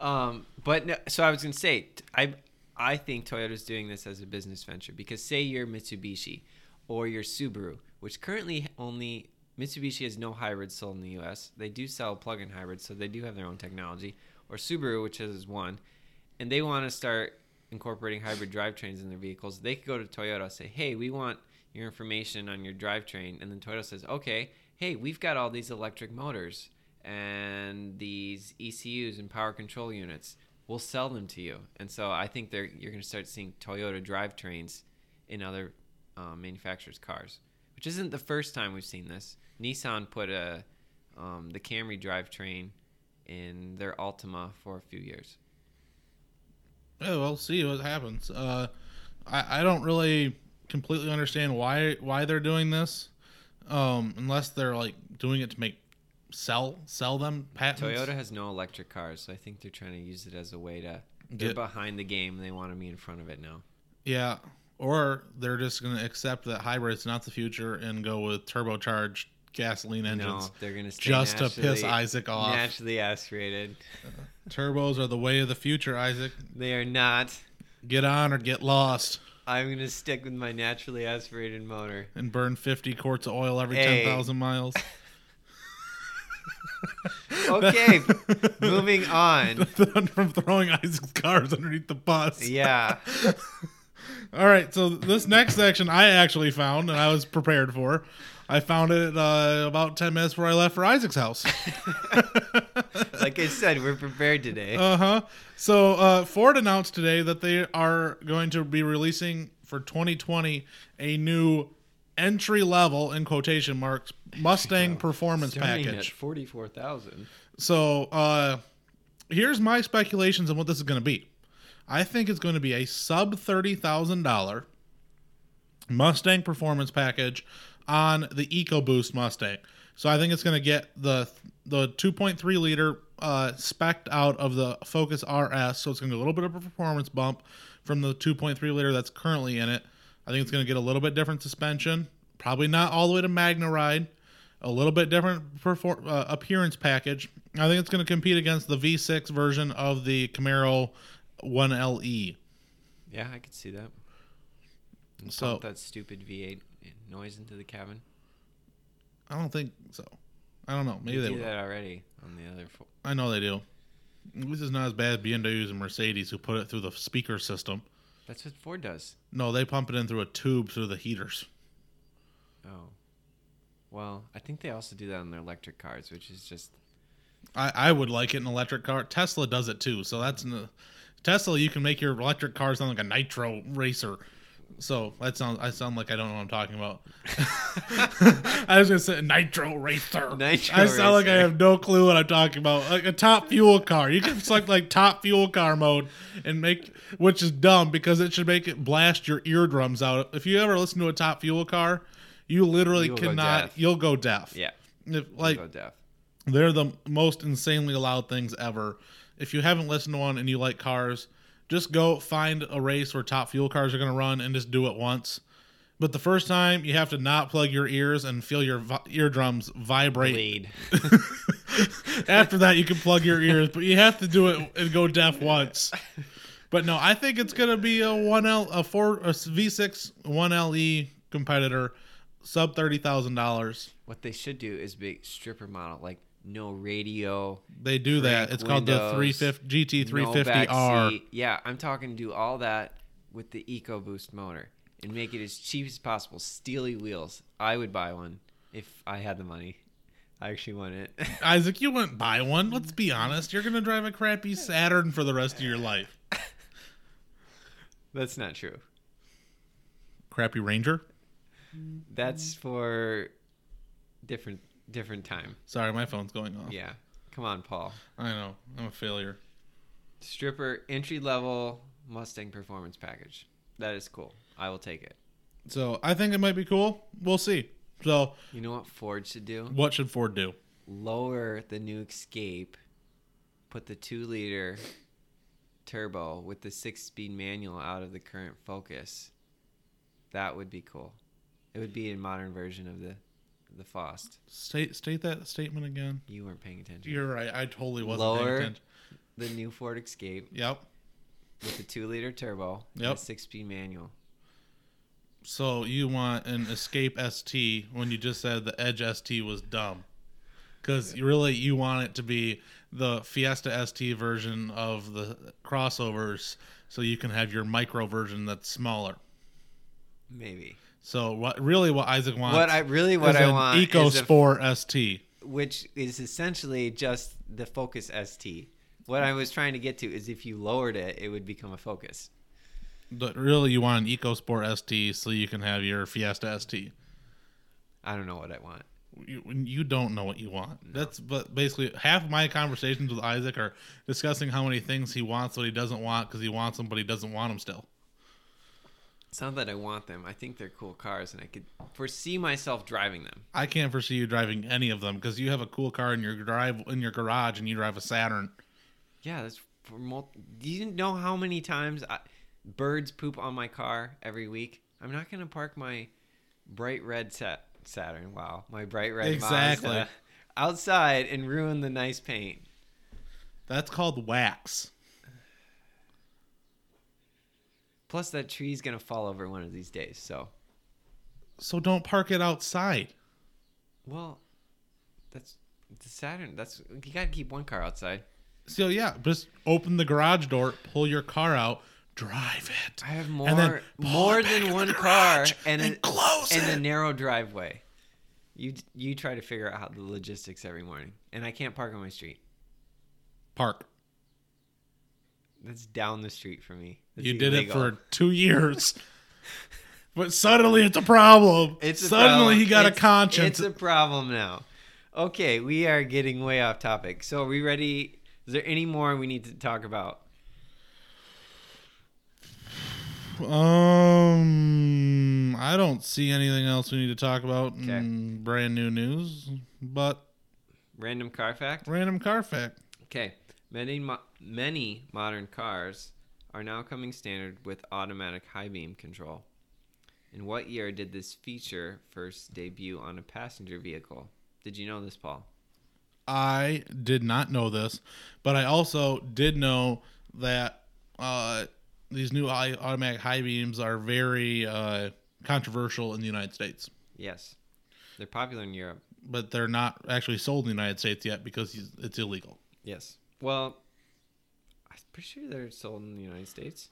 A: Um, but no, so I was gonna say, t- I I think Toyota's doing this as a business venture because say you're Mitsubishi or you're Subaru, which currently only Mitsubishi has no hybrids sold in the U.S. They do sell plug-in hybrids, so they do have their own technology. Or Subaru, which has one, and they want to start incorporating hybrid drivetrains in their vehicles. They could go to Toyota say, "Hey, we want your information on your drivetrain," and then Toyota says, "Okay, hey, we've got all these electric motors." and these ECUs and power control units. We'll sell them to you. And so I think they're, you're going to start seeing Toyota drivetrains in other um, manufacturers' cars, which isn't the first time we've seen this. Nissan put a um, the Camry drivetrain in their Altima for a few years.
B: Yeah, Oh, we'll see what happens. Uh, I I don't really completely understand why why they're doing this, um, unless they're like doing it to make sell sell them patents.
A: Toyota has no electric cars, so I think they're trying to use it as a way to. They're
B: Get-
A: behind the game. They want to be in front of it now.
B: Yeah. Or they're just going to accept that hybrid's not the future and go with turbocharged gasoline engines.
A: No, they're going to stay
B: just to piss
A: naturally-
B: Isaac off.
A: Naturally aspirated.
B: Turbos are the way of the future, Isaac.
A: They are not.
B: Get on or get lost
A: I'm gonna stick with my naturally aspirated motor.
B: and burn 50 quarts of oil every
A: Hey.
B: 10,000 miles.
A: Okay, moving on.
B: From throwing Isaac's cars underneath the bus.
A: Yeah,
B: All right, so this next section I actually found and I was prepared for. I found it uh, about 10 minutes before I left for Isaac's house.
A: like I said, we're prepared today.
B: Uh huh. So uh, Ford announced today that they are going to be releasing for 2020 a new entry level in quotation marks Mustang performance package.
A: forty-four thousand.
B: So uh, here's my speculations on what this is going to be. I think it's going to be a sub thirty thousand dollar Mustang performance package on the EcoBoost Mustang. So I think it's going to get the the 2.3 liter uh, specced out of the Focus RS. So it's going to get a little bit of a performance bump from the 2.3 liter that's currently in it. I think it's going to get a little bit different suspension, probably not all the way to Magna Ride. A little bit different perfor- uh, appearance package. I think it's going to compete against the V6 version of the Camaro E. 1LE.
A: Yeah, I could see that. And
B: So-
A: pump that stupid V8 noise into the cabin.
B: I don't think so. I don't know. Maybe
A: They
B: they
A: do
B: will.
A: that already on the other. Four.
B: I know they do. This is not as bad as BMWs and Mercedes who put it through the speaker system.
A: That's what Ford does.
B: No, they pump it in through a tube through the heaters.
A: Oh, well, I think they also do that on their electric cars, which is just
B: I, I would like it in an electric car. Tesla does it too. So that's n- Tesla. You can make your electric car sound like a nitro racer. So that sounds. I sound like I don't know what I'm talking about. I was gonna say nitro racer.
A: Nitro
B: I sound like I
A: racer.
B: have no clue what I'm talking about. Like a top fuel car. You can select like top fuel car mode and make, which is dumb because it should make it blast your eardrums out. If you ever listen to a top fuel car, you literally
A: You'll go
B: cannot.
A: deaf.
B: you'll go deaf.
A: yeah.
B: If, like
A: go deaf.
B: they're the most insanely loud things ever. If you haven't listened to one and you like cars, just go find a race where top fuel cars are going to run and just do it once. But the first time, you have to not plug your ears and feel your vi- eardrums vibrate.
A: Lead.
B: After that, you can plug your ears, but you have to do it and go deaf once. But no, I think it's going to be a one L, a four, a V6 one LE competitor, sub thirty thousand dollars.
A: What they should do is big stripper model, like no radio,
B: They do that.
A: Crank
B: It's called the
A: windows,
B: 350 GT
A: no
B: 350R.
A: backseat. Yeah, I'm talking do all that with the EcoBoost motor. and make it as cheap as possible. Steely wheels. I would buy one if I had the money. I actually want it.
B: Isaac, you wouldn't buy one. Let's be honest. You're gonna drive a crappy Saturn for the rest of your life.
A: That's not true.
B: Crappy Ranger.
A: That's for different different time.
B: Sorry, my phone's going off.
A: Yeah. Come on, Paul.
B: I know. I'm a failure.
A: Stripper entry level Mustang performance package. That is cool. I will take it.
B: So I think it might be cool. We'll see. So
A: You know what Ford should do?
B: what should Ford do?
A: Lower the new Escape, put the 2 liter turbo with the 6 speed manual out of the current Focus. That would be cool. It would be a modern version of the the Fost.
B: State state that statement again.
A: You weren't paying attention.
B: You're right. I totally wasn't paying
A: Lower.
B: attention.
A: The new Ford Escape
B: Yep.
A: with the 2 liter turbo and
B: Yep.
A: the 6 speed manual.
B: So you want an Escape ST when you just said the Edge ST was dumb. Because really, you want it to be the Fiesta ST version of the crossovers, so you can have your micro version that's smaller.
A: Maybe.
B: So what really what Isaac wants?
A: What I really what
B: is
A: I
B: an
A: want
B: Eco
A: is a
B: Sport ST.
A: which is essentially just the Focus ST. What I was trying to get to is if you lowered it, it would become a Focus.
B: But really, you want an Eco Sport ST so you can have your Fiesta ST.
A: I don't know what I want.
B: you, you don't know what you want. That's but basically half my conversations with Isaac are discussing how many things he wants, what he doesn't want, because he wants them, but he doesn't want them still.
A: It's not that I want them. I think they're cool cars, and I could foresee myself driving them.
B: I can't foresee you driving any of them because you have a cool car in your drive in your garage and you drive a Saturn.
A: Yeah, that's for mul- Do you know how many times I, birds poop on my car every week? I'm not gonna park my bright red set Saturn. Wow, my bright red
B: Exactly.
A: Mazda outside and ruin the nice paint.
B: That's called wax.
A: Plus, that tree's gonna fall over one of these days. So
B: So don't park it outside.
A: Well, that's the Saturn. That's you gotta keep one car outside.
B: So yeah, just open the garage door, pull your car out, drive it.
A: I have more,
B: And then pull
A: more
B: it back in
A: than
B: the
A: one car
B: garage
A: and,
B: and
A: a,
B: close
A: and
B: it.
A: a narrow driveway. You you try to figure out how the logistics every morning, and I can't park on my street.
B: Park.
A: That's down the street for me. That's
B: you did
A: illegal.
B: it for two years. But suddenly it's a problem.
A: It's a
B: suddenly
A: problem.
B: he got
A: It's-
B: a conscience.
A: It's a problem now. Okay, we are getting way off topic. So, are we ready? Is there any more we need to talk about?
B: Um, I don't see anything else we need to talk about in brand new news, but
A: Random car fact.
B: random car fact.
A: Okay, many mo- many modern cars are now coming standard with automatic high beam control. In what year did this feature first debut on a passenger vehicle? Did you know this, Paul?
B: I did not know this, but I also did know that uh, these new hi- automatic high beams are very uh, controversial in the United States.
A: Yes, they're popular in Europe.
B: But they're not actually sold in the United States yet because it's illegal.
A: Yes. Well, I'm pretty sure they're sold in the United States.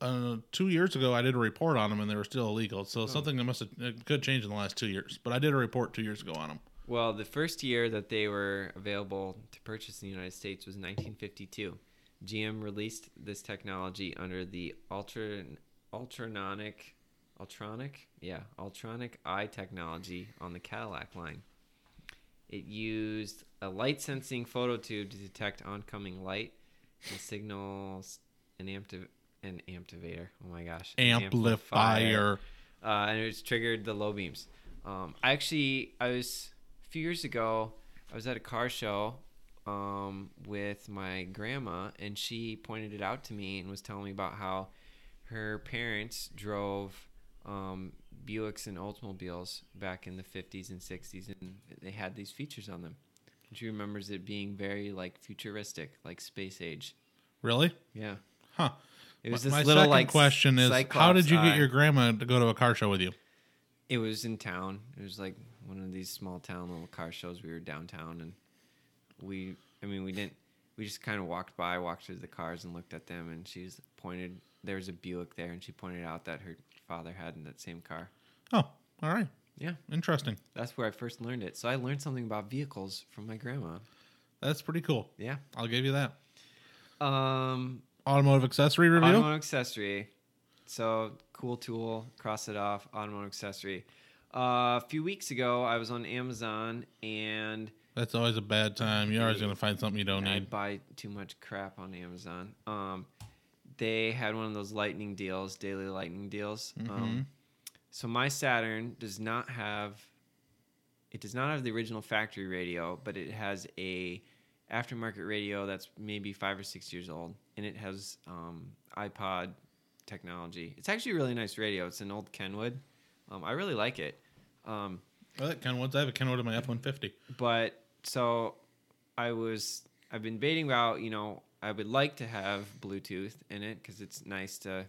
B: uh, two years ago, I did a report on them, and they were still illegal.
A: Hmm.
B: So something that must have it could change in the last two years. But I did a report two years ago on them.
A: Well, the first year that they were available to purchase in the United States was 1952. GM released this technology under the Ultron Ultrononic Ultronic, yeah, Ultronic Eye technology on the Cadillac line. It used a light sensing phototube to detect oncoming light and signals an amptiv- an amplifier. Oh my gosh. an
B: Amplifier.
A: uh, and it's triggered the low beams. Um, I actually, I was a few years ago, I was at a car show um, with my grandma, and she pointed it out to me and was telling me about how her parents drove um, Buicks and Oldsmobiles back in the 50s and 60s, and they had these features on them. And she remembers it being very like futuristic, like space age.
B: Really?
A: Yeah.
B: Huh.
A: It was
B: My-
A: this
B: My
A: little
B: second
A: like
B: question is, how did
A: Cyclops
B: you get
A: eye.
B: your grandma to go to a car show with you?
A: it was in town. It was like one of these small town little car shows. We were downtown, and we, I mean, we didn't. We just kind of walked by, walked through the cars, and looked at them. And she's pointed. There was a Buick there, and she pointed out that her father had in that same car.
B: Oh, all right.
A: Yeah.
B: Interesting.
A: That's where I first learned it. So I learned something about vehicles from my grandma.
B: That's pretty cool.
A: Yeah.
B: I'll give you that.
A: Um,
B: Automotive accessory review.
A: Automotive accessory. So cool tool. Cross it off. Automotive accessory. Uh, a few weeks ago, I was on Amazon and
B: That's always a bad time. You're always gonna find something you don't
A: I
B: need.
A: buy too much crap on Amazon. Um, they had one of those lightning deals, daily lightning deals. Um, so my Saturn does not have. It does not have the original factory radio, but it has a aftermarket radio that's maybe five or six years old, and it has um, iPod technology. It's actually a really nice radio. It's an old Kenwood. Um, I really like it. Um,
B: I like Kenwoods. I have a Kenwood in my F-150.
A: but so I was I've been debating about you know I would like to have Bluetooth in it because it's nice to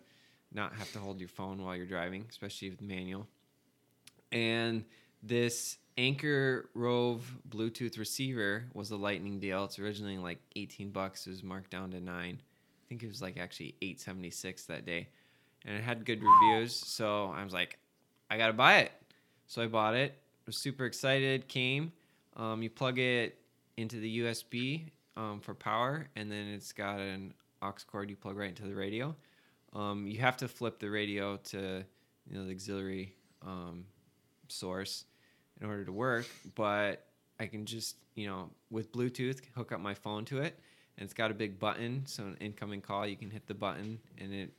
A: not have to hold your phone while you're driving, especially with manual. And this Anchor Rove Bluetooth receiver was a lightning deal. It's originally like 18 bucks. It was marked down to nine. I think it was like actually 876 that day, and it had good reviews. So I was like, I gotta buy it. So I bought it. Was super excited. Came. Um, you plug it into the USB um, for power, and then it's got an aux cord you plug right into the radio. Um, you have to flip the radio to you know the auxiliary um, source in order to work, but I can just you know with Bluetooth hook up my phone to it, and it's got a big button. So an incoming call, you can hit the button, and it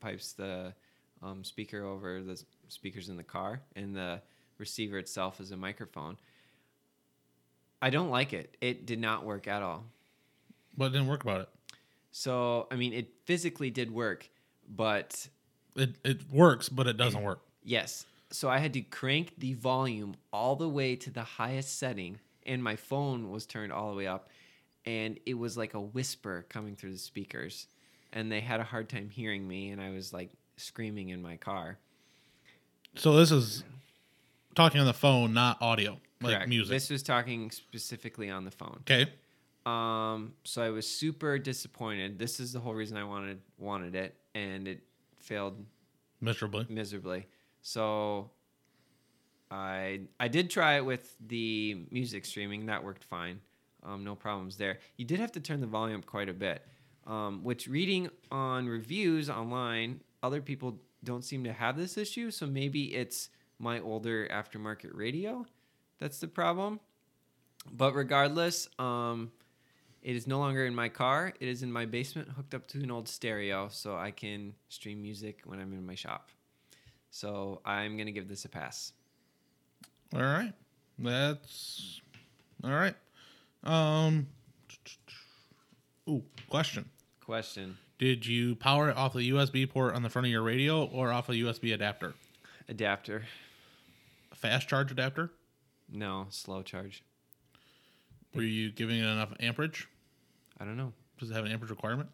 A: pipes the um, speaker over the s- speakers in the car, and the receiver itself is a microphone. I don't like it. It did not work at all.
B: But it didn't work about it.
A: So, I mean, it physically did work, but
B: It it works, but it
A: Mm.
B: doesn't work.
A: yes. So I had to crank the volume all the way to the highest setting, and my phone was turned all the way up, and it was like a whisper coming through the speakers, and they had a hard time hearing me, and I was like screaming in my car.
B: So this is talking on the phone, not audio, like
A: Correct.
B: music.
A: This was talking specifically on the phone.
B: okay.
A: Um, so I was super disappointed. This is the whole reason I wanted wanted it, and it failed
B: Miserably.
A: miserably. So I I did try it with the music streaming. That worked fine. Um, no problems there. You did have to turn the volume up quite a bit, um, which reading on reviews online, other people don't seem to have this issue. So maybe it's my older aftermarket radio that's the problem. But regardless, um, it is no longer in my car. It is in my basement, hooked up to an old stereo, so I can stream music when I'm in my shop. So I'm gonna give this a pass.
B: All right. That's all right. Um. Ooh, question.
A: Question:
B: Did you power it off the USB port on the front of your radio or off a USB adapter?
A: Adapter?
B: A fast charge adapter?
A: No, slow charge.
B: Were you giving it enough amperage?
A: I don't know.
B: Does it have an amperage requirement?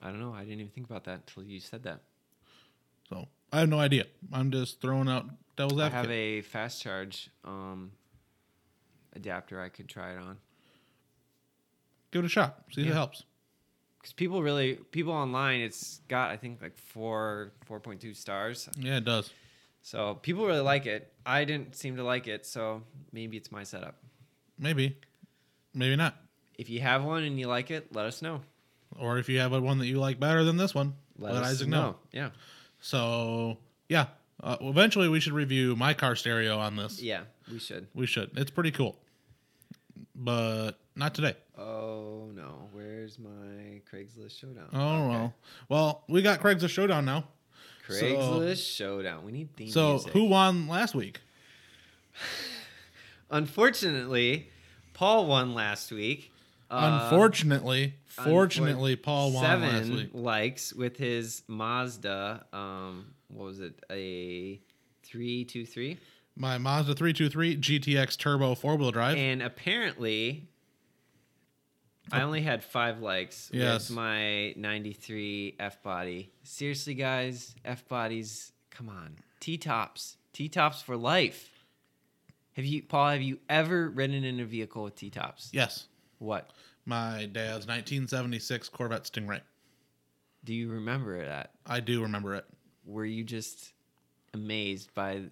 A: I don't know. I didn't even think about that until you said that.
B: So I have no idea. I'm just throwing out devil's
A: I have
B: advocate.
A: a fast charge um, adapter. I could try it on
B: Give it a shot. See if
A: Yeah.
B: it helps.
A: because people really people online. It's got I think like four four point two stars.
B: Yeah, it does.
A: So people really like it. I didn't seem to like it, so maybe it's my setup.
B: Maybe, maybe not.
A: If you have one and you like it, let us know.
B: Or if you have one that you like better than this one,
A: Let, us know. Yeah.
B: So yeah, uh, well, eventually we should review my car stereo on this.
A: Yeah, we should.
B: We should. It's pretty cool, but not today.
A: Oh no, where's my Craigslist showdown?
B: Oh well. Well, we got Craigslist showdown now.
A: Craigslist showdown. We need theme
B: So
A: music.
B: who won last week?
A: Unfortunately, Paul won last week. Uh,
B: Unfortunately, fortunately,
A: unfor-
B: Paul won
A: seven
B: last week.
A: likes with his Mazda. Um, what was it? A three two three.
B: My Mazda 323 GTX Turbo four wheel drive.
A: And apparently, I only had five likes
B: Yes.
A: with my 93 F body. Seriously, guys, F bodies, come on. T tops, T tops for life. Have you, Paul, have you ever ridden in a vehicle with T tops?
B: yes,
A: What?
B: my dad's 1976 Corvette Stingray.
A: Do you remember that?
B: I do remember it.
A: Were you just amazed by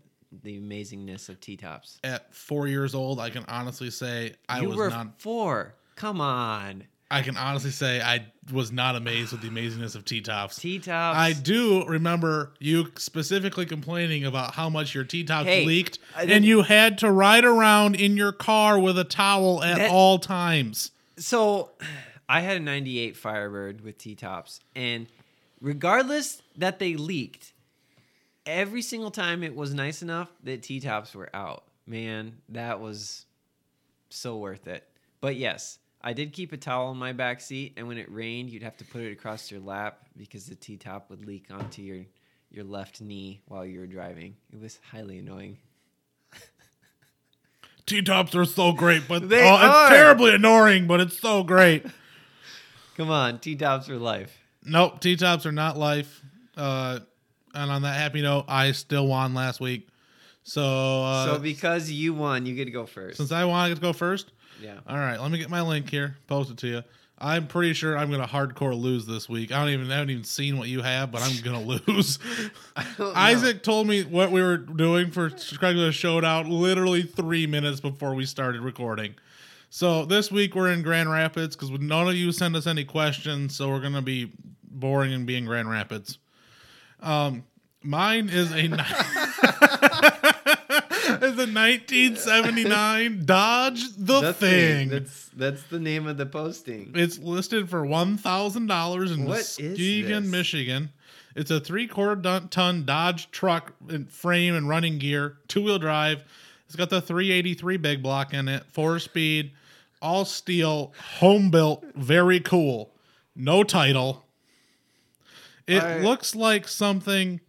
A: the amazingness of T tops.
B: At four years old, I can honestly say I
A: You
B: was
A: were
B: not.
A: four. Come on,
B: I can honestly say I was not amazed with the amazingness of T tops.
A: T tops.
B: I do remember you specifically complaining about how much your T tops
A: Hey,
B: leaked,
A: I
B: and
A: didn't-
B: you had to ride around in your car with a towel at
A: That-
B: all times.
A: so I had a 98 Firebird with T tops, and regardless that they leaked, every single time it was nice enough that T tops were out. Man, that was so worth it. But yes, I did keep a towel in my back seat, and when it rained, you'd have to put it across your lap because the T top would leak onto your your left knee while you were driving. It was highly annoying.
B: T tops are so great, but
A: They
B: oh,
A: are.
B: it's terribly annoying, but it's so great.
A: Come on, T tops for life.
B: Nope, T tops are not life. Uh, and on that happy note, I still won last week. So, uh,
A: so because you won, you get to go first.
B: since I won, I get to go first.
A: yeah.
B: All right, let me get my link here. Post it to you. I'm pretty sure I'm gonna hardcore lose this week. I don't even I haven't even seen what you have, but I'm gonna lose.
A: don't know.
B: Isaac told me what we were doing for Craigslist Showdown literally three minutes before we started recording. So this week we're in Grand Rapids because none of you send us any questions, so we're gonna be boring and be in Grand Rapids. Um, mine is a. ni- is a 1979 Dodge the,
A: The
B: thing.
A: That's that's the name of the posting.
B: It's listed for one thousand dollars in
A: What is
B: Muskegon,
A: this?
B: Michigan. It's a three-quarter dun- ton Dodge truck in frame and running gear, two-wheel drive. It's got the 383 big block in it, four-speed, all steel, home-built, very cool. No title. It
A: I-
B: looks like something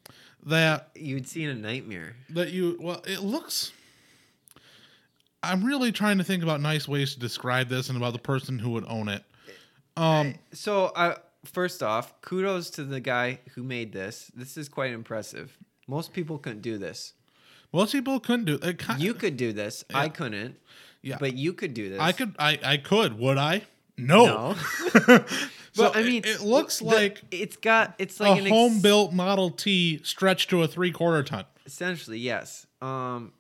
B: that
A: You'd see in a nightmare.
B: that you well it looks i'm really trying to think about nice ways to describe this and about the person who would own it um
A: So I first off, kudos to the guy who made this. This is quite impressive. Most people couldn't do this.
B: most people couldn't do it kind
A: You could do this. I couldn't.
B: Yeah.
A: But you could do this.
B: i could i i could would i no,
A: No.
B: so
A: But I mean,
B: it, it looks
A: the-
B: like
A: it's got it's like
B: a
A: an ex-
B: home built model t stretched to a three quarter ton
A: Essentially, yes. Um,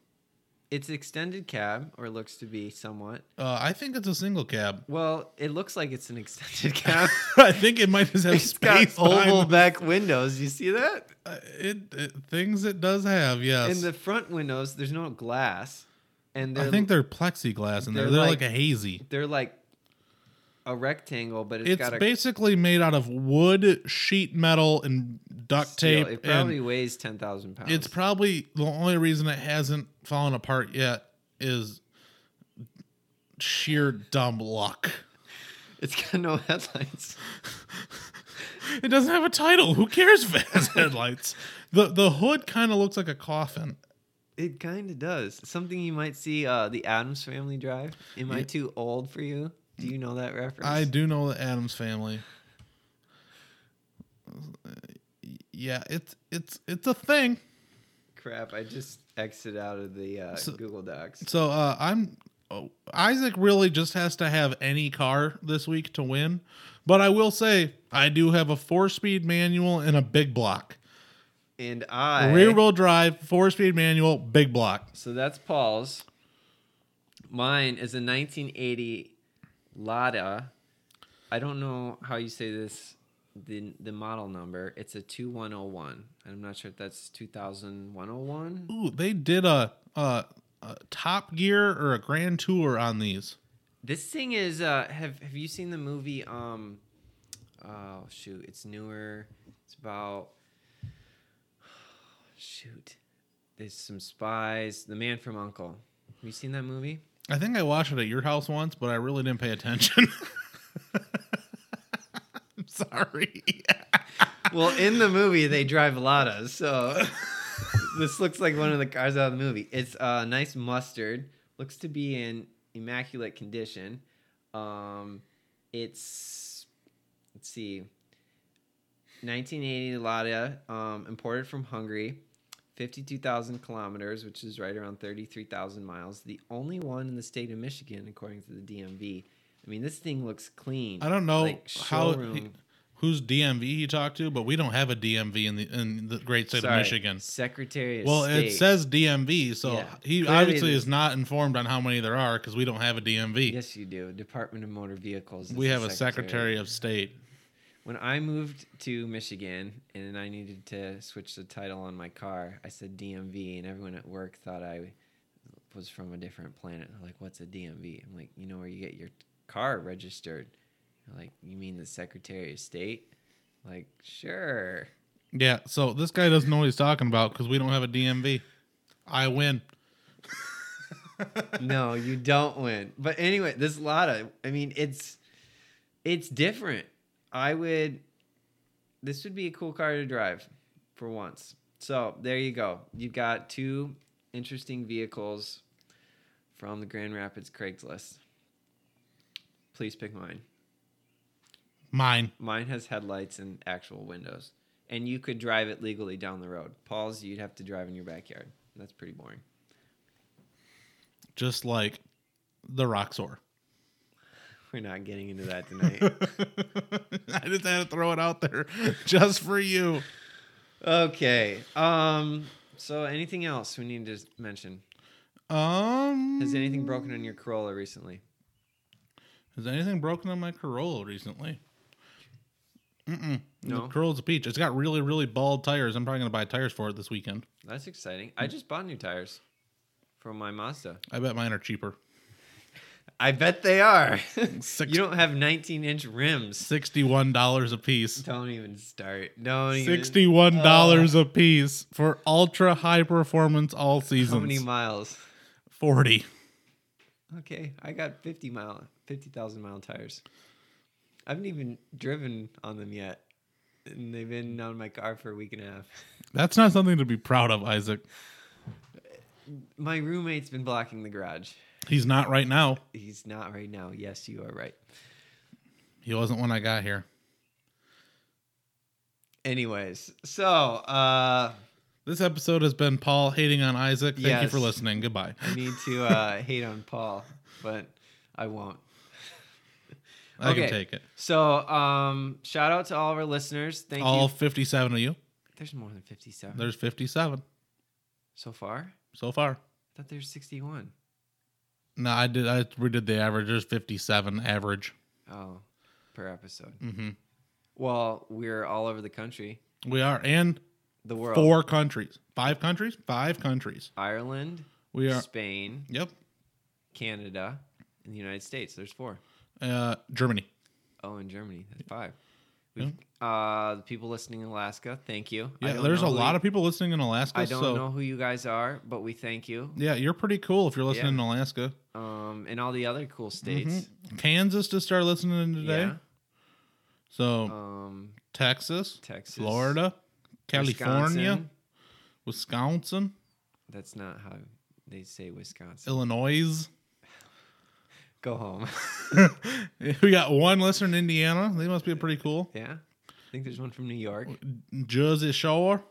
A: it's extended cab, or looks to be somewhat.
B: uh, i think it's a single cab
A: Well, it looks like it's an extended cab.
B: i think it might just have
A: it's
B: space
A: got oval
B: behind the-
A: back windows. You see that?
B: uh, it, it things it does have yes
A: In the front windows, there's no glass, and they're
B: i think they're plexiglass and they're,
A: they're
B: they're
A: like-
B: like a hazy
A: they're like a rectangle, but it's
B: It's
A: got a
B: basically made out of wood, sheet metal, and duct
A: steel.
B: tape.
A: It probably
B: and
A: weighs ten thousand pounds.
B: it's probably the only reason it hasn't fallen apart yet is sheer dumb luck.
A: it's got no headlights.
B: It doesn't have a title. Who cares if it has headlights? The the hood kind of looks like a coffin.
A: It kind of does. Something you might see uh, the Adams Family Drive. Am I too old for you? Do you know that reference?
B: I do know the Adams family. Yeah, it's it's it's a thing.
A: Crap! I just exited out of the uh,
B: So-
A: Google Docs.
B: So uh, I'm oh, Isaac really just has to have any car this week to win. But I will say I do have a four-speed manual and a big block,
A: And I
B: rear-wheel drive, four-speed manual, big block.
A: So that's Paul's. Mine is a 1980 Lada. I don't know how you say this, the the model number. It's a 2101. And I'm not sure if that's 2101.
B: Ooh, they did a, a, a Top Gear or a Grand Tour on these.
A: This thing is uh have have you seen the movie um oh shoot, it's newer. It's about shoot. There's some spies, The Man from Uncle. Have you seen that movie?
B: I think I watched it at your house once, but I really didn't pay attention. I'm sorry.
A: Well, in the movie, they drive Ladas, so this looks like one of the cars out of the movie. It's uh, nice mustard, looks to be in immaculate condition. Um, it's let's see, 1980 Lada, um, imported from Hungary, 52,000 kilometers, which is right around 33,000 miles. The only one in the state of Michigan, according to the DMV. I mean, this thing looks clean.
B: I don't know
A: Like
B: how
A: showroom.
B: whose DMV he talked to, but we don't have a DMV in the in the great state
A: Sorry,
B: of Michigan.
A: Secretary of
B: Well,
A: State.
B: it says DMV, so
A: Yeah.
B: he
A: Clearly
B: obviously
A: the-
B: is not informed on how many there are because we don't have a DMV.
A: Yes, you do. Department of Motor Vehicles. is
B: we
A: the
B: have a Secretary of State.
A: When I moved to Michigan and I needed to switch the title on my car, I said DMV, and everyone at work thought I was from a different planet. They're like, "What's a DMV?" I'm like, "You know where you get your car registered." They're like, "You mean the Secretary of State?" I'm like, sure.
B: Yeah, so this guy doesn't know what he's talking about because we don't have a DMV. I win.
A: no, you don't win. But anyway, this Lada, I mean, it's it's different. I would this would be a cool car to drive for once. So there you go. You've got two interesting vehicles from the Grand Rapids Craigslist. Please pick mine.
B: Mine.
A: Mine has headlights and actual windows. And you could drive it legally down the road. Paul's you'd have to drive in your backyard. That's pretty boring.
B: Just like the Roxor.
A: We're not getting into that tonight.
B: I just had to throw it out there just for you.
A: Okay. Um. So, anything else we need to mention?
B: Um
A: Has anything broken on your Corolla recently?
B: Has anything broken on my Corolla recently? Mm-mm.
A: No?
B: The Corolla's a peach. It's got really, really bald tires. I'm probably gonna buy tires for it this weekend.
A: That's exciting. I just bought new tires from my Mazda.
B: I bet mine are cheaper.
A: I bet they are.
B: Six-
A: you don't have 19 inch rims.
B: Sixty-one dollars a piece.
A: Don't even start. Don't even. Uh,
B: Sixty-one dollars a piece for ultra high performance all
A: How many
B: seasons.
A: miles?
B: Forty.
A: Okay, I got 50 mile, 50,000 mile tires. I haven't even driven on them yet, and they've been on my car for a week and a half.
B: That's not something to be proud of, Isaac.
A: My roommate's been blocking the garage.
B: He's not right now.
A: He's not right now. Yes, you are right.
B: He wasn't when I got here.
A: Anyways, so uh,
B: This episode has been Paul hating on Isaac. Thank you
A: Yes.
B: for listening. Goodbye.
A: I need to uh, hate on Paul, but I won't.
B: I
A: Okay.
B: can take it.
A: So um, shout out to all of our listeners. Thank
B: All
A: you.
B: 57 of you.
A: There's more than 57
B: There's 57
A: so far.
B: so far.
A: I thought there's 61.
B: No, I did. I redid the average. There's 57 average.
A: Oh, per episode.
B: Mhm.
A: Well, we're all over the country,
B: We are in
A: the world.
B: four countries, five countries, five countries.
A: Ireland,
B: We are.
A: Spain,
B: Yep.
A: Canada, and the United States. There's four.
B: Uh, Germany.
A: Oh, in Germany, that's five. We've, uh, the people listening in Alaska, thank you. I
B: Yeah.
A: don't
B: There's a
A: know who
B: lot
A: you-
B: of people listening in Alaska.
A: I don't
B: so
A: know who you guys are, but we thank you.
B: yeah, you're pretty cool if you're listening
A: Yeah.
B: in Alaska.
A: Um, and all the other cool states.
B: Mhm. Kansas just started listening today.
A: Yeah.
B: So
A: Um,
B: Texas,
A: Texas,
B: Florida, California,
A: Wisconsin.
B: Wisconsin,
A: That's not how they say Wisconsin.
B: Illinois.
A: Go home.
B: we got one listener in Indiana. They must be pretty cool.
A: yeah. I think there's one from New York.
B: Jersey Shore.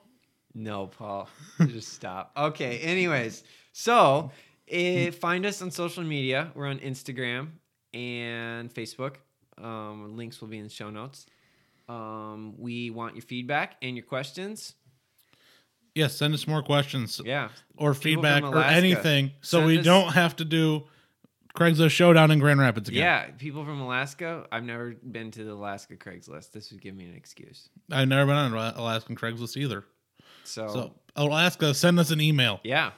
A: No, Paul. Just stop. Okay. Anyways, so eh, find us on social media. We're on Instagram and Facebook. Um, links will be in the show notes. Um, we want your feedback and your questions.
B: Yes, send us more questions
A: Yeah. People
B: or
A: from
B: feedback or
A: Alaska.
B: anything so
A: Send
B: we
A: us-
B: don't have to do Craigslist Showdown in Grand Rapids again.
A: Yeah, people from Alaska. I've never been to the Alaska Craigslist. This would give me an excuse.
B: I've never been on Ala- Alaskan Craigslist either.
A: So,
B: So, Alaska, send us an email,
A: Oh. yeah,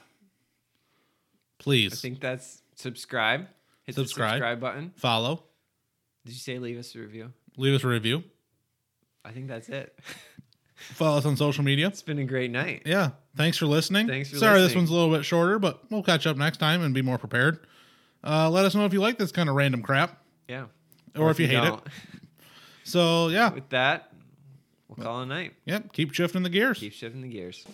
A: I
B: please.
A: think that's subscribe. Hit the
B: Subscribe.
A: subscribe button.
B: Follow,
A: Did you say leave us a review?
B: leave us a review,
A: I think that's it.
B: follow us on social media.
A: it's been a great night.
B: Yeah. Thanks for listening.
A: Thanks for
B: Sorry this
A: listening.
B: one's a little bit shorter, but we'll catch up next time and be more prepared. Uh, let us know if you like this kind of random crap
A: Yeah.
B: or, if you, hate it. So, yeah.
A: With that, we'll call it a night.
B: Yep. Keep shifting the gears.
A: Keep shifting the gears.